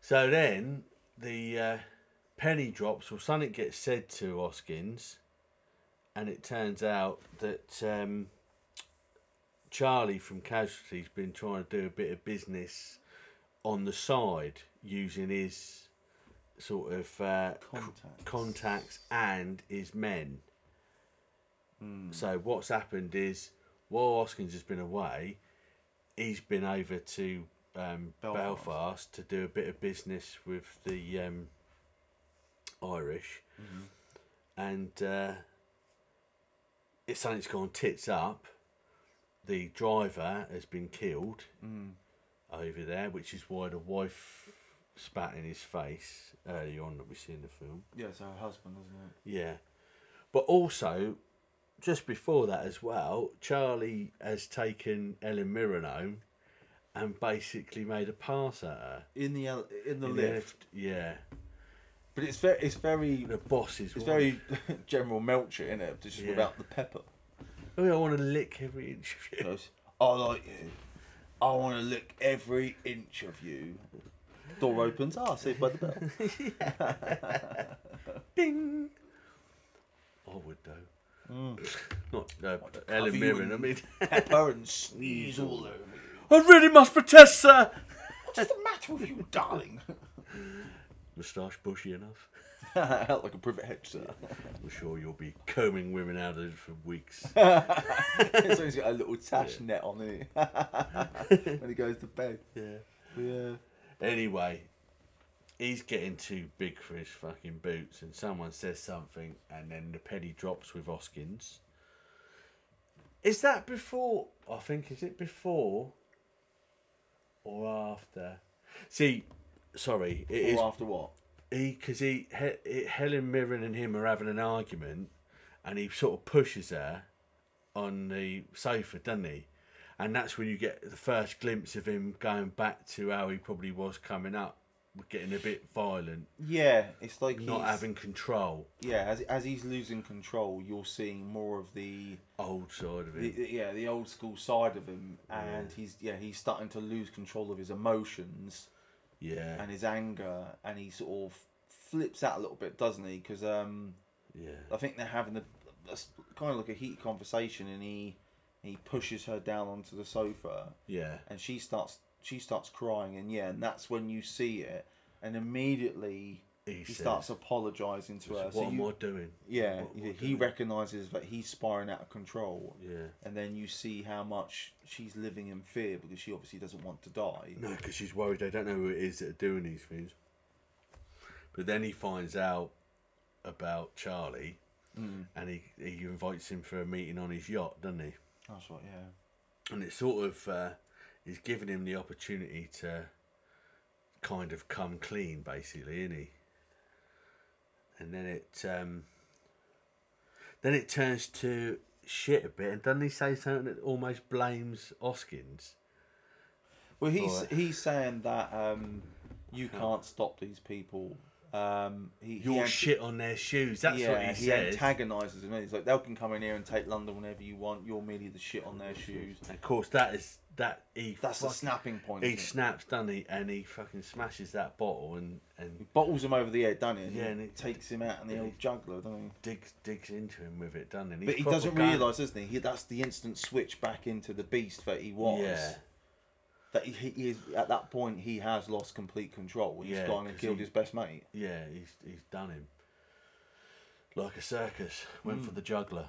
[SPEAKER 5] So then the uh, penny drops or something gets said to Hoskins, and it turns out that um, Charlie from Casualty's been trying to do a bit of business on the side using his sort of uh, c-
[SPEAKER 6] Contacts.
[SPEAKER 5] contacts and his men. So what's happened is while Hoskins has been away, he's been over to um, Belfast.
[SPEAKER 6] Belfast.
[SPEAKER 5] to do a bit of business with the um, Irish, and uh, it's something's gone tits up. The driver has been killed, over there, which is why the wife spat in his face early on that we see in the film.
[SPEAKER 6] Yeah, so her husband, isn't it?
[SPEAKER 5] Yeah. But also, just before that as well, Charlie has taken Ellen Mirren home and basically made a pass at her.
[SPEAKER 6] In the el- in the
[SPEAKER 5] In the
[SPEAKER 6] lift.
[SPEAKER 5] lift, Yeah.
[SPEAKER 6] but it's very it's very
[SPEAKER 5] The boss is
[SPEAKER 6] it's very General Melcher in it, just
[SPEAKER 5] Yeah.
[SPEAKER 6] without the pepper.
[SPEAKER 5] Oh, I want to lick every inch of you.
[SPEAKER 6] Goes, I like you. I want to lick every inch of you. Door opens. Ah, saved by the bell.
[SPEAKER 5] Ding. I would though. Not uh,
[SPEAKER 6] Mm. cover
[SPEAKER 5] Ellen
[SPEAKER 6] you
[SPEAKER 5] Mirren.
[SPEAKER 6] in-
[SPEAKER 5] I mean,
[SPEAKER 6] Pepper and sneeze all over. you.
[SPEAKER 5] I really must protest, sir.
[SPEAKER 6] What's the matter with you, darling?
[SPEAKER 5] Moustache bushy enough.
[SPEAKER 6] Out like a privet hedge, sir.
[SPEAKER 5] I'm sure you'll be combing women out of it for weeks.
[SPEAKER 6] so he's got a little tash net on it when he goes to bed.
[SPEAKER 5] yeah.
[SPEAKER 6] Yeah.
[SPEAKER 5] Anyway, he's getting too big for his fucking boots, and someone says something, and then the penny drops with Hoskins. Is that before? I think is it before or after? See, sorry, it is
[SPEAKER 6] Or after what?
[SPEAKER 5] he because he, he, he Helen Mirren and him are having an argument, and he sort of pushes her on the sofa, doesn't he? And that's when you get the first glimpse of him going back to how he probably was coming up, getting a bit violent,
[SPEAKER 6] Yeah, it's like
[SPEAKER 5] not
[SPEAKER 6] he's-
[SPEAKER 5] having control.
[SPEAKER 6] Yeah, as as he's losing control, you're seeing more of the,
[SPEAKER 5] Old side of
[SPEAKER 6] the
[SPEAKER 5] it.
[SPEAKER 6] the- yeah the old school side of him, and he's yeah he's starting to lose control of his emotions
[SPEAKER 5] Yeah,
[SPEAKER 6] and his anger, and he sort of flips out a little bit, doesn't he? Because um, I
[SPEAKER 5] yeah,
[SPEAKER 6] think they're having a, a s- kind of like a heated conversation, and he he pushes her down onto the sofa,
[SPEAKER 5] yeah,
[SPEAKER 6] and she starts she starts crying, and yeah, and that's when you see it, and immediately
[SPEAKER 5] He
[SPEAKER 6] he,
[SPEAKER 5] says,
[SPEAKER 6] starts apologising to her.
[SPEAKER 5] What
[SPEAKER 6] So
[SPEAKER 5] am
[SPEAKER 6] you-
[SPEAKER 5] I doing?
[SPEAKER 6] yeah,
[SPEAKER 5] What am I
[SPEAKER 6] he- he
[SPEAKER 5] doing?
[SPEAKER 6] recognises that he's spiraling out of control.
[SPEAKER 5] Yeah.
[SPEAKER 6] And then you see how much she's living in fear because she obviously doesn't want to die.
[SPEAKER 5] No, because she's worried they don't know who it is that are doing these things. But then he finds out about Charlie,
[SPEAKER 6] Mm.
[SPEAKER 5] and he he invites him for a meeting on his yacht, doesn't he?
[SPEAKER 6] That's right, yeah.
[SPEAKER 5] And it sort of uh, is giving him the opportunity to kind of come clean, basically, isn't he? And then it um, then it turns to shit a bit, and doesn't he say something that almost blames Hoskins?
[SPEAKER 6] Well, he's
[SPEAKER 5] Alright.
[SPEAKER 6] he's saying that um, you can't stop these people. Um, he, he
[SPEAKER 5] Your
[SPEAKER 6] anti-
[SPEAKER 5] shit on their shoes. That's
[SPEAKER 6] yeah,
[SPEAKER 5] what he, says.
[SPEAKER 6] antagonises him. He's like, they can come in here and take London whenever you want. You're merely the shit on their shoes.
[SPEAKER 5] Of course, that is that he.
[SPEAKER 6] That's the
[SPEAKER 5] fuck-
[SPEAKER 6] snapping point.
[SPEAKER 5] He
[SPEAKER 6] isn't it?
[SPEAKER 5] snaps, doesn't he? And he fucking smashes that bottle and and
[SPEAKER 6] bottles him over the head, doesn't he?
[SPEAKER 5] Yeah,
[SPEAKER 6] he
[SPEAKER 5] and it-
[SPEAKER 6] takes him out in the old juggler, doesn't he?
[SPEAKER 5] digs digs into him with it, doesn't he? And
[SPEAKER 6] But
[SPEAKER 5] he's
[SPEAKER 6] he
[SPEAKER 5] proper
[SPEAKER 6] doesn't
[SPEAKER 5] going-
[SPEAKER 6] realise, doesn't he? he? That's the instant switch back into the beast that he was.
[SPEAKER 5] Yeah,
[SPEAKER 6] That he, he is at that point he has lost complete control. He's
[SPEAKER 5] Yeah,
[SPEAKER 6] gone and
[SPEAKER 5] 'cause
[SPEAKER 6] killed
[SPEAKER 5] he-
[SPEAKER 6] his best mate.
[SPEAKER 5] yeah, he's he's done him like a circus. Went
[SPEAKER 6] Hmm.
[SPEAKER 5] for the juggler.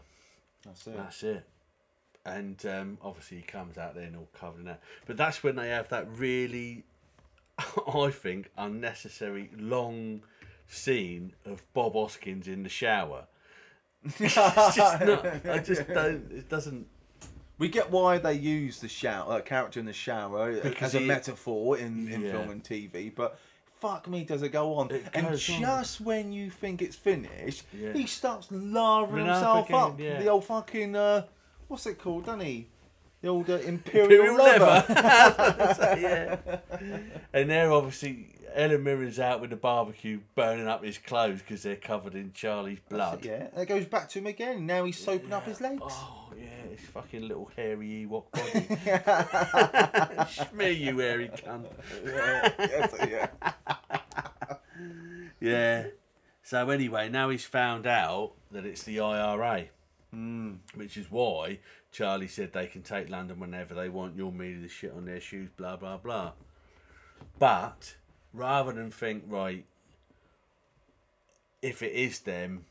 [SPEAKER 6] That's it.
[SPEAKER 5] That's it. And um, obviously he comes out there and all covered in that. But that's when they have that really, I think, unnecessary long scene of Bob Hoskins in the shower. it's just not. I just don't. It doesn't.
[SPEAKER 6] We get why they use the shower uh, character in the shower
[SPEAKER 5] Because
[SPEAKER 6] as a
[SPEAKER 5] he-
[SPEAKER 6] metaphor in, in
[SPEAKER 5] Yeah.
[SPEAKER 6] film and TV, but. Fuck me, does it go on?
[SPEAKER 5] It
[SPEAKER 6] and
[SPEAKER 5] goes on.
[SPEAKER 6] just when you think it's finished,
[SPEAKER 5] Yeah.
[SPEAKER 6] he starts lathering
[SPEAKER 5] Laugh
[SPEAKER 6] himself
[SPEAKER 5] again,
[SPEAKER 6] up.
[SPEAKER 5] yeah.
[SPEAKER 6] The old fucking uh, what's it called? Doesn't he? The old uh, imperial,
[SPEAKER 5] Imperial
[SPEAKER 6] leather.
[SPEAKER 5] yeah. And they're obviously Ellen Mirren's out with the barbecue, burning up his clothes because they're covered in Charlie's blood.
[SPEAKER 6] Yeah, and it goes back to him again. Now he's soaping up his legs.
[SPEAKER 5] Oh yeah, his fucking little hairy Ewok body. Smear you hairy cunt.
[SPEAKER 6] Yes, yeah.
[SPEAKER 5] Yeah. So anyway, now he's found out that it's the IRA,
[SPEAKER 6] Hmm.
[SPEAKER 5] which is why Charlie said they can take London whenever they want. You're merely the shit on their shoes. Blah blah blah. But rather than think right, if it is them,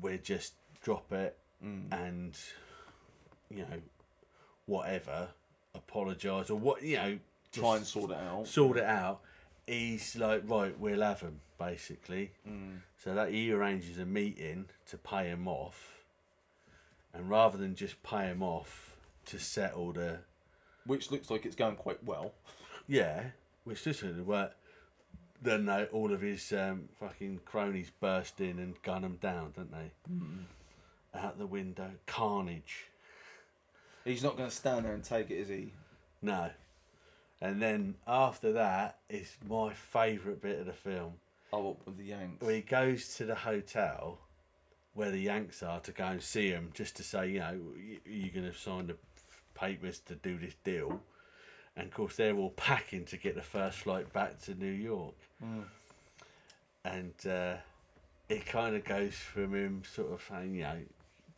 [SPEAKER 5] we just drop it
[SPEAKER 6] Hmm.
[SPEAKER 5] and you know whatever, apologise or what you know. just-
[SPEAKER 6] Try and sort it out.
[SPEAKER 5] sort it out. He's like, right, we'll have him, basically. So that he arranges a meeting to pay him off, and rather than just pay him off to settle the
[SPEAKER 6] which looks like it's going quite well.
[SPEAKER 5] Yeah, which doesn't work. Then they, all of his um, fucking cronies burst in and gun him down, don't they? Out the window, carnage.
[SPEAKER 6] He's not going to stand there and take it, is he?
[SPEAKER 5] No. And then after that is my favourite bit of the film.
[SPEAKER 6] Oh, up with the Yanks.
[SPEAKER 5] He goes to the hotel where the Yanks are to go and see him, just to say, you know, "Y- you're going to sign the papers to do this deal. And of course, they're all packing to get the first flight back to New York. And uh, it kind of goes from him sort of saying, you know,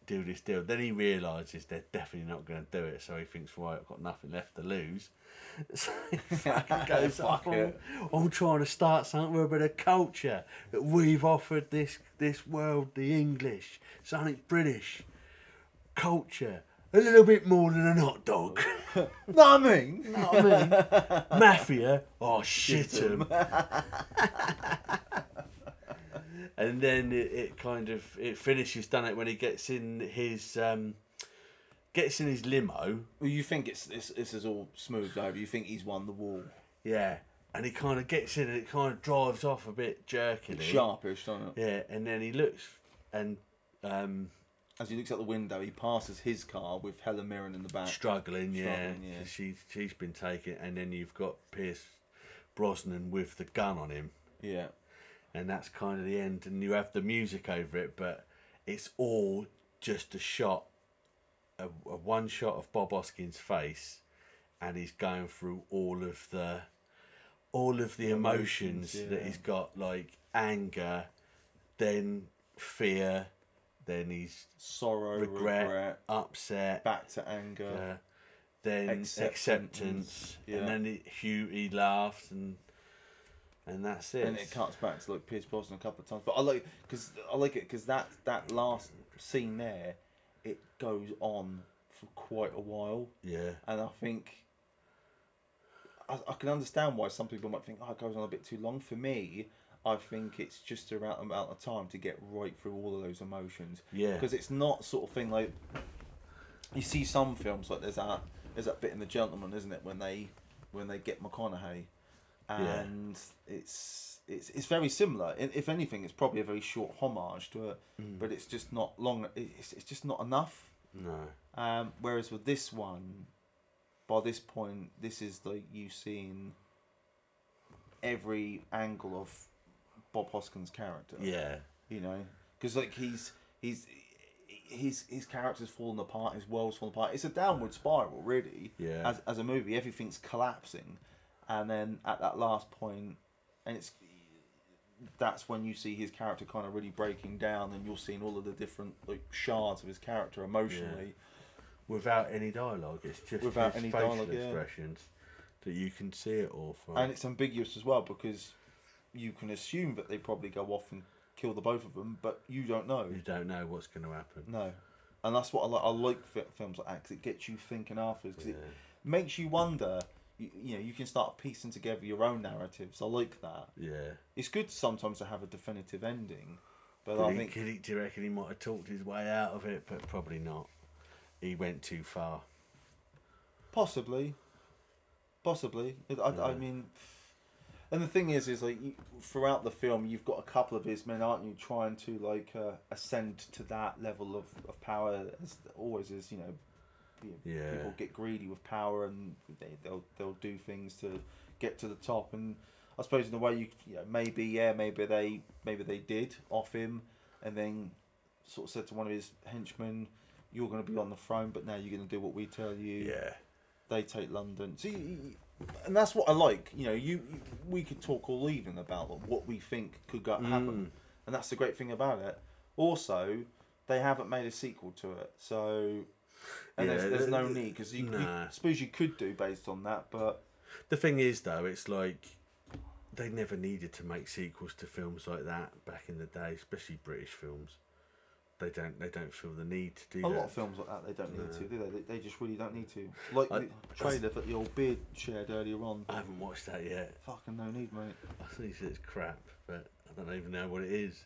[SPEAKER 5] do this deal. Then he realises they're definitely not going to do it, so he thinks, right, I've got nothing left to lose. So he fucking goes,
[SPEAKER 6] Fuck
[SPEAKER 5] fuck
[SPEAKER 6] it.
[SPEAKER 5] I'm trying to start something with a bit of culture that we've offered this this world, the English, something British, culture, a little bit more than a hot dog.
[SPEAKER 6] No, I mean,
[SPEAKER 5] Mafia, oh shit 'em. and then it, it kind of it finishes, done it when he gets in his um, gets in his limo.
[SPEAKER 6] well, you think it's this, this is all smoothed over. You think he's won the war.
[SPEAKER 5] Yeah. And he kind of gets in and it kind of drives off a bit jerkily.
[SPEAKER 6] Sharpish, don't it?
[SPEAKER 5] Yeah, and then he looks and um,
[SPEAKER 6] As he looks out the window, he passes his car with Helen Mirren in the back.
[SPEAKER 5] struggling, yeah,
[SPEAKER 6] Struggling, yeah.
[SPEAKER 5] 'cause she's she's been taken, and then you've got Pierce Brosnan with the gun on him,
[SPEAKER 6] Yeah.
[SPEAKER 5] and that's kind of the end. And you have the music over it, but it's all just a shot, a, a one shot of Bob Oskin's face, and he's going through all of the, all of the emotions, that he's got, like anger, then fear, then he's
[SPEAKER 6] Sorrow, regret,
[SPEAKER 5] regret, upset,
[SPEAKER 6] back to anger.
[SPEAKER 5] uh, then
[SPEAKER 6] Acceptance,
[SPEAKER 5] acceptance,
[SPEAKER 6] yeah.
[SPEAKER 5] and then it, Hugh he laughs and and that's it.
[SPEAKER 6] and it cuts back to like Pierce Brosnan a couple of times. But I like because I like it because that that last scene there, it goes on for quite a while,
[SPEAKER 5] Yeah,
[SPEAKER 6] and I think I, I can understand why some people might think oh it goes on a bit too long. For me, I think it's just the right amount of time to get right through all of those emotions.
[SPEAKER 5] Yeah.
[SPEAKER 6] because it's not sort of thing like you see some films like there's that there's that bit in the Gentleman, isn't it, when they when they get McConaughey, and it's it's it's very similar. I- If anything, it's probably a very short homage to it, but it's just not long. it- It's it's just not enough.
[SPEAKER 5] Mm. no,
[SPEAKER 6] Um, whereas with this one, by this point, this is like you seeing every angle of Bob Hoskins' character
[SPEAKER 5] yeah,
[SPEAKER 6] you know, because like he's he's his his character's fallen apart, his world's fallen apart. It's a downward spiral, really.
[SPEAKER 5] Yeah.
[SPEAKER 6] As as a movie, everything's collapsing, and then at that last point, and it's that's when you see his character kind of really breaking down, and you're seeing all of the different like shards of his character emotionally.
[SPEAKER 5] without any dialogue, it's just
[SPEAKER 6] Without
[SPEAKER 5] without
[SPEAKER 6] any
[SPEAKER 5] any facial
[SPEAKER 6] dialogue, yeah.
[SPEAKER 5] expressions that you can see it all from.
[SPEAKER 6] and it's ambiguous as well because you can assume that they probably go off and kill the both of them, but you don't know.
[SPEAKER 5] you don't know what's going to happen.
[SPEAKER 6] No, and that's what I like. I like fi- films like that 'cause it gets you thinking afterwards. 'cause it makes you wonder. You, you know, you can start piecing together your own narratives. I like that.
[SPEAKER 5] Yeah,
[SPEAKER 6] It's good sometimes to have a definitive ending, but
[SPEAKER 5] Did
[SPEAKER 6] I
[SPEAKER 5] he,
[SPEAKER 6] think
[SPEAKER 5] did he, do you reckon he might have talked his way out of it? But probably not. He went too far.
[SPEAKER 6] possibly, possibly. I, I- I mean, and the thing is, is like you, throughout the film, you've got a couple of his men, aren't you, trying to like uh, ascend to that level of, of power as there always is. You know, you know,
[SPEAKER 5] Yeah.
[SPEAKER 6] people get greedy with power and they, they'll they'll do things to get to the top. And I suppose in a way, you, you know, maybe yeah, maybe they maybe they did off him, and then sort of said to one of his henchmen, "You're going to be on the throne, but now you're going to do what we tell you."
[SPEAKER 5] Yeah,
[SPEAKER 6] they take London. See, and that's what I like. You know, you, you we could talk all evening about what we think could go, happen, and that's the great thing about it. Also, they haven't made a sequel to it, so and
[SPEAKER 5] Yeah,
[SPEAKER 6] there's, there's no
[SPEAKER 5] th-
[SPEAKER 6] need because you, you-
[SPEAKER 5] nah.
[SPEAKER 6] I suppose you could do based on that, but
[SPEAKER 5] The thing is, though, it's like they never needed to make sequels to films like that back in the day, especially British films. They don't. They don't feel the need to do
[SPEAKER 6] a
[SPEAKER 5] that.
[SPEAKER 6] lot of films like that they don't need to, do they? they? They just really don't need to. Like
[SPEAKER 5] I-
[SPEAKER 6] the trailer that the old beard shared earlier on.
[SPEAKER 5] I haven't watched that yet.
[SPEAKER 6] Fucking no need, mate.
[SPEAKER 5] I think it's crap, but I don't even know what it is.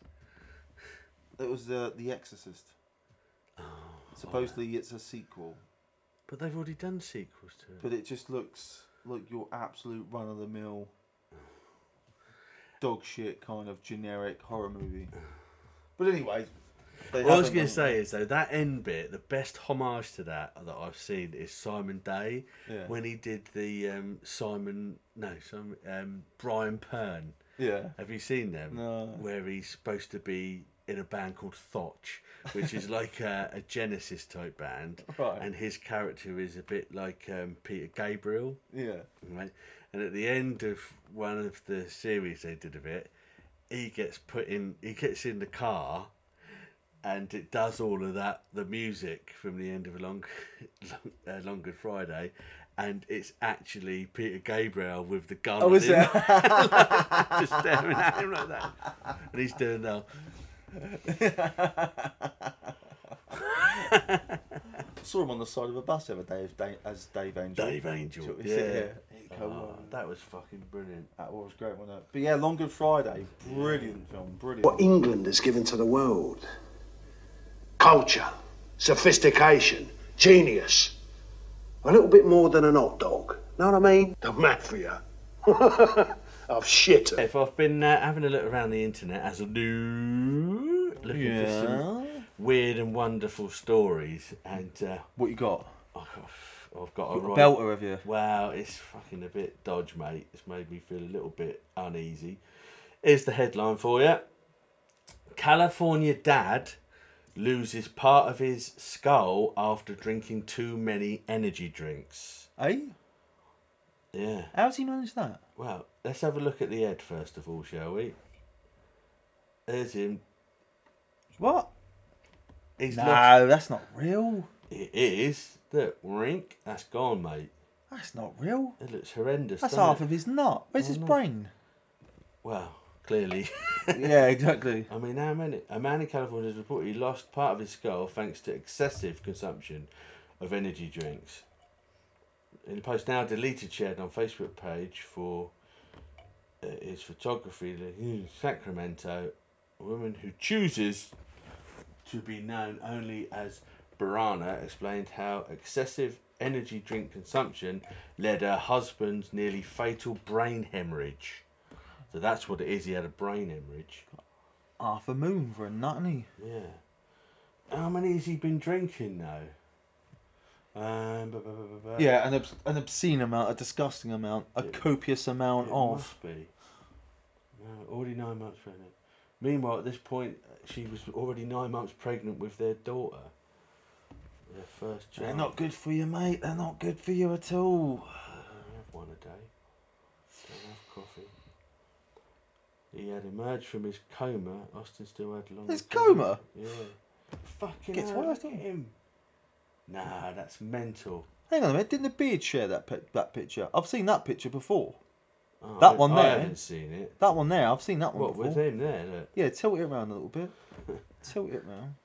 [SPEAKER 5] Oh,
[SPEAKER 6] It was the The Exorcist. Supposedly, it's a sequel.
[SPEAKER 5] But they've already done sequels to it.
[SPEAKER 6] But it just looks like your absolute run of the mill dog shit kind of generic horror movie. But anyway, they
[SPEAKER 5] What I was going
[SPEAKER 6] haven't done-
[SPEAKER 5] to say is though that end bit, the best homage to that that I've seen is Simon Day
[SPEAKER 6] Yeah.
[SPEAKER 5] when he did the um, Simon no Simon um, Brian Pern.
[SPEAKER 6] Yeah.
[SPEAKER 5] Have you seen them?
[SPEAKER 6] No.
[SPEAKER 5] Where he's supposed to be in a band called Thotch, which is like a, a Genesis type band,
[SPEAKER 6] Right.
[SPEAKER 5] and his character is a bit like um, Peter Gabriel.
[SPEAKER 6] Yeah.
[SPEAKER 5] Right. And at the end of one of the series they did of it, he gets put in he gets in the car and it does all of that the music from the end of a long long, uh, long good friday and it's actually peter gabriel with the gun
[SPEAKER 6] Oh,
[SPEAKER 5] on
[SPEAKER 6] is
[SPEAKER 5] him,
[SPEAKER 6] it?
[SPEAKER 5] just staring at him like that and he's doing now
[SPEAKER 6] saw him on the side of a bus the other day as Dave, as Dave Angel.
[SPEAKER 5] dave angel
[SPEAKER 6] Is
[SPEAKER 5] yeah,
[SPEAKER 6] it? Yeah. Ah.
[SPEAKER 5] Oh, that was fucking brilliant
[SPEAKER 6] That was great, wasn't it? But yeah, Long Good Friday, brilliant film, brilliant.
[SPEAKER 10] What England has given to the world culture, sophistication, genius. A little bit more than an hot dog. Know what I mean? The mafia. of shit.
[SPEAKER 5] if i've been uh, having a look around the internet as a new looking for some weird and wonderful stories and uh,
[SPEAKER 6] What you got?
[SPEAKER 5] I've got- I've got a right.
[SPEAKER 6] belter have you?
[SPEAKER 5] Wow, it's fucking a bit dodge, mate. It's made me feel a little bit uneasy. Here's the headline for you: California dad loses part of his skull after drinking too many energy drinks.
[SPEAKER 6] Eh?
[SPEAKER 5] Yeah.
[SPEAKER 6] How's he managed that?
[SPEAKER 5] Well, let's have a look at the head first of all, shall we? There's him.
[SPEAKER 6] What?
[SPEAKER 5] He's
[SPEAKER 6] No,
[SPEAKER 5] lost.
[SPEAKER 6] that's not real.
[SPEAKER 5] It is. Look, rink. That's gone, mate.
[SPEAKER 6] That's not real.
[SPEAKER 5] It looks horrendous.
[SPEAKER 6] That's
[SPEAKER 5] doesn't
[SPEAKER 6] half
[SPEAKER 5] it?
[SPEAKER 6] of his nut. Where's his brain?
[SPEAKER 5] Well, clearly.
[SPEAKER 6] yeah, exactly.
[SPEAKER 5] I mean, how many? A man in California has reportedly lost part of his skull thanks to excessive consumption of energy drinks. In a post now deleted, shared on Facebook page for uh, his photography, in Sacramento, a woman who chooses to be known only as Barana explained how excessive energy drink consumption led her husband's nearly fatal brain hemorrhage. So that's what it is. He had a brain hemorrhage.
[SPEAKER 6] Half a moon for a nut, is he?
[SPEAKER 5] Yeah. How many has he been drinking now? Um, bu- bu- bu- bu- bu-
[SPEAKER 6] Yeah, an, obs- an obscene amount, a disgusting amount, a copious amount
[SPEAKER 5] it
[SPEAKER 6] of.
[SPEAKER 5] must be. No, already nine months pregnant. Meanwhile, at this point, she was already nine months pregnant with their daughter, their first child.
[SPEAKER 6] They're not good for you, mate. They're not good for you at all.
[SPEAKER 5] Don't have one a day. Don't have coffee. He had emerged from his coma. Austin still had long.
[SPEAKER 6] His
[SPEAKER 5] recovery.
[SPEAKER 6] coma?
[SPEAKER 5] Yeah. Fucking.
[SPEAKER 6] Gets
[SPEAKER 5] hell,
[SPEAKER 6] worse,
[SPEAKER 5] look
[SPEAKER 6] doesn't
[SPEAKER 5] at
[SPEAKER 6] it?
[SPEAKER 5] him. Nah, that's mental.
[SPEAKER 6] Hang on a minute. Didn't the beard share that pic- that picture? I've seen that picture before.
[SPEAKER 5] Oh,
[SPEAKER 6] That
[SPEAKER 5] I-
[SPEAKER 6] one
[SPEAKER 5] I
[SPEAKER 6] there.
[SPEAKER 5] haven't seen it.
[SPEAKER 6] That one there. I've seen that one
[SPEAKER 5] What
[SPEAKER 6] before.
[SPEAKER 5] with him there? Look.
[SPEAKER 6] Yeah, tilt it around a little bit. tilt it round.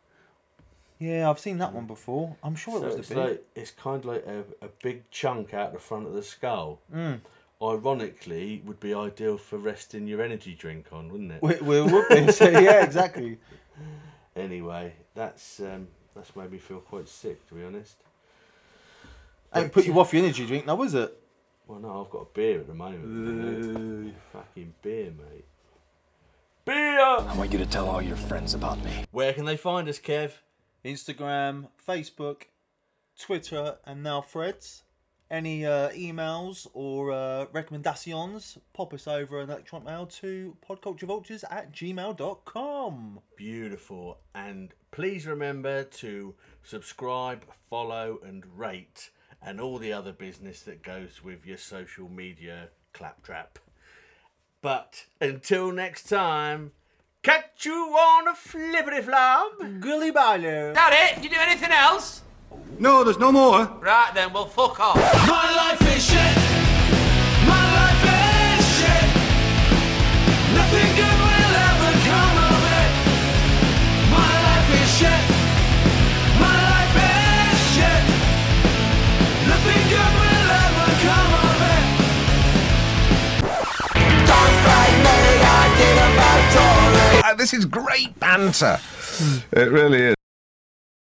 [SPEAKER 6] Yeah, I've seen that one before. I'm sure it
[SPEAKER 5] So
[SPEAKER 6] was the
[SPEAKER 5] it's
[SPEAKER 6] beard.
[SPEAKER 5] like it's kind of like a, a big chunk out the front of the skull.
[SPEAKER 6] Mm.
[SPEAKER 5] Ironically, would be ideal for resting your energy drink on, wouldn't it?
[SPEAKER 6] We, we would be. So yeah, exactly.
[SPEAKER 5] Anyway, that's um, that's made me feel quite sick to be honest.
[SPEAKER 6] Ain't put you off your energy drink now, was it?
[SPEAKER 5] Well, no, I've got a beer at the moment. mate. Fucking beer, mate. Beer.
[SPEAKER 8] I want you to tell all your friends about me.
[SPEAKER 5] Where can they find us, Kev?
[SPEAKER 6] Instagram, Facebook, Twitter, and now Fred's. Any uh, emails or uh, recommendations, pop us over an electronic mail to podculturevultures at gmail.com.
[SPEAKER 5] Beautiful. And please remember to subscribe, follow, and rate, and all the other business that goes with your social media claptrap. But until next time, catch you on a flippity flop.
[SPEAKER 6] Gully Bailo.
[SPEAKER 4] That it? Did you do anything else?
[SPEAKER 1] No, there's no more.
[SPEAKER 4] Right then, well, fuck off.
[SPEAKER 11] My life is shit. My life is shit. Nothing good will ever come of it. My life is shit. My life is shit. Nothing good will ever come of it. Don't blame me. I did a bad
[SPEAKER 1] Uh, this is great banter. It really is.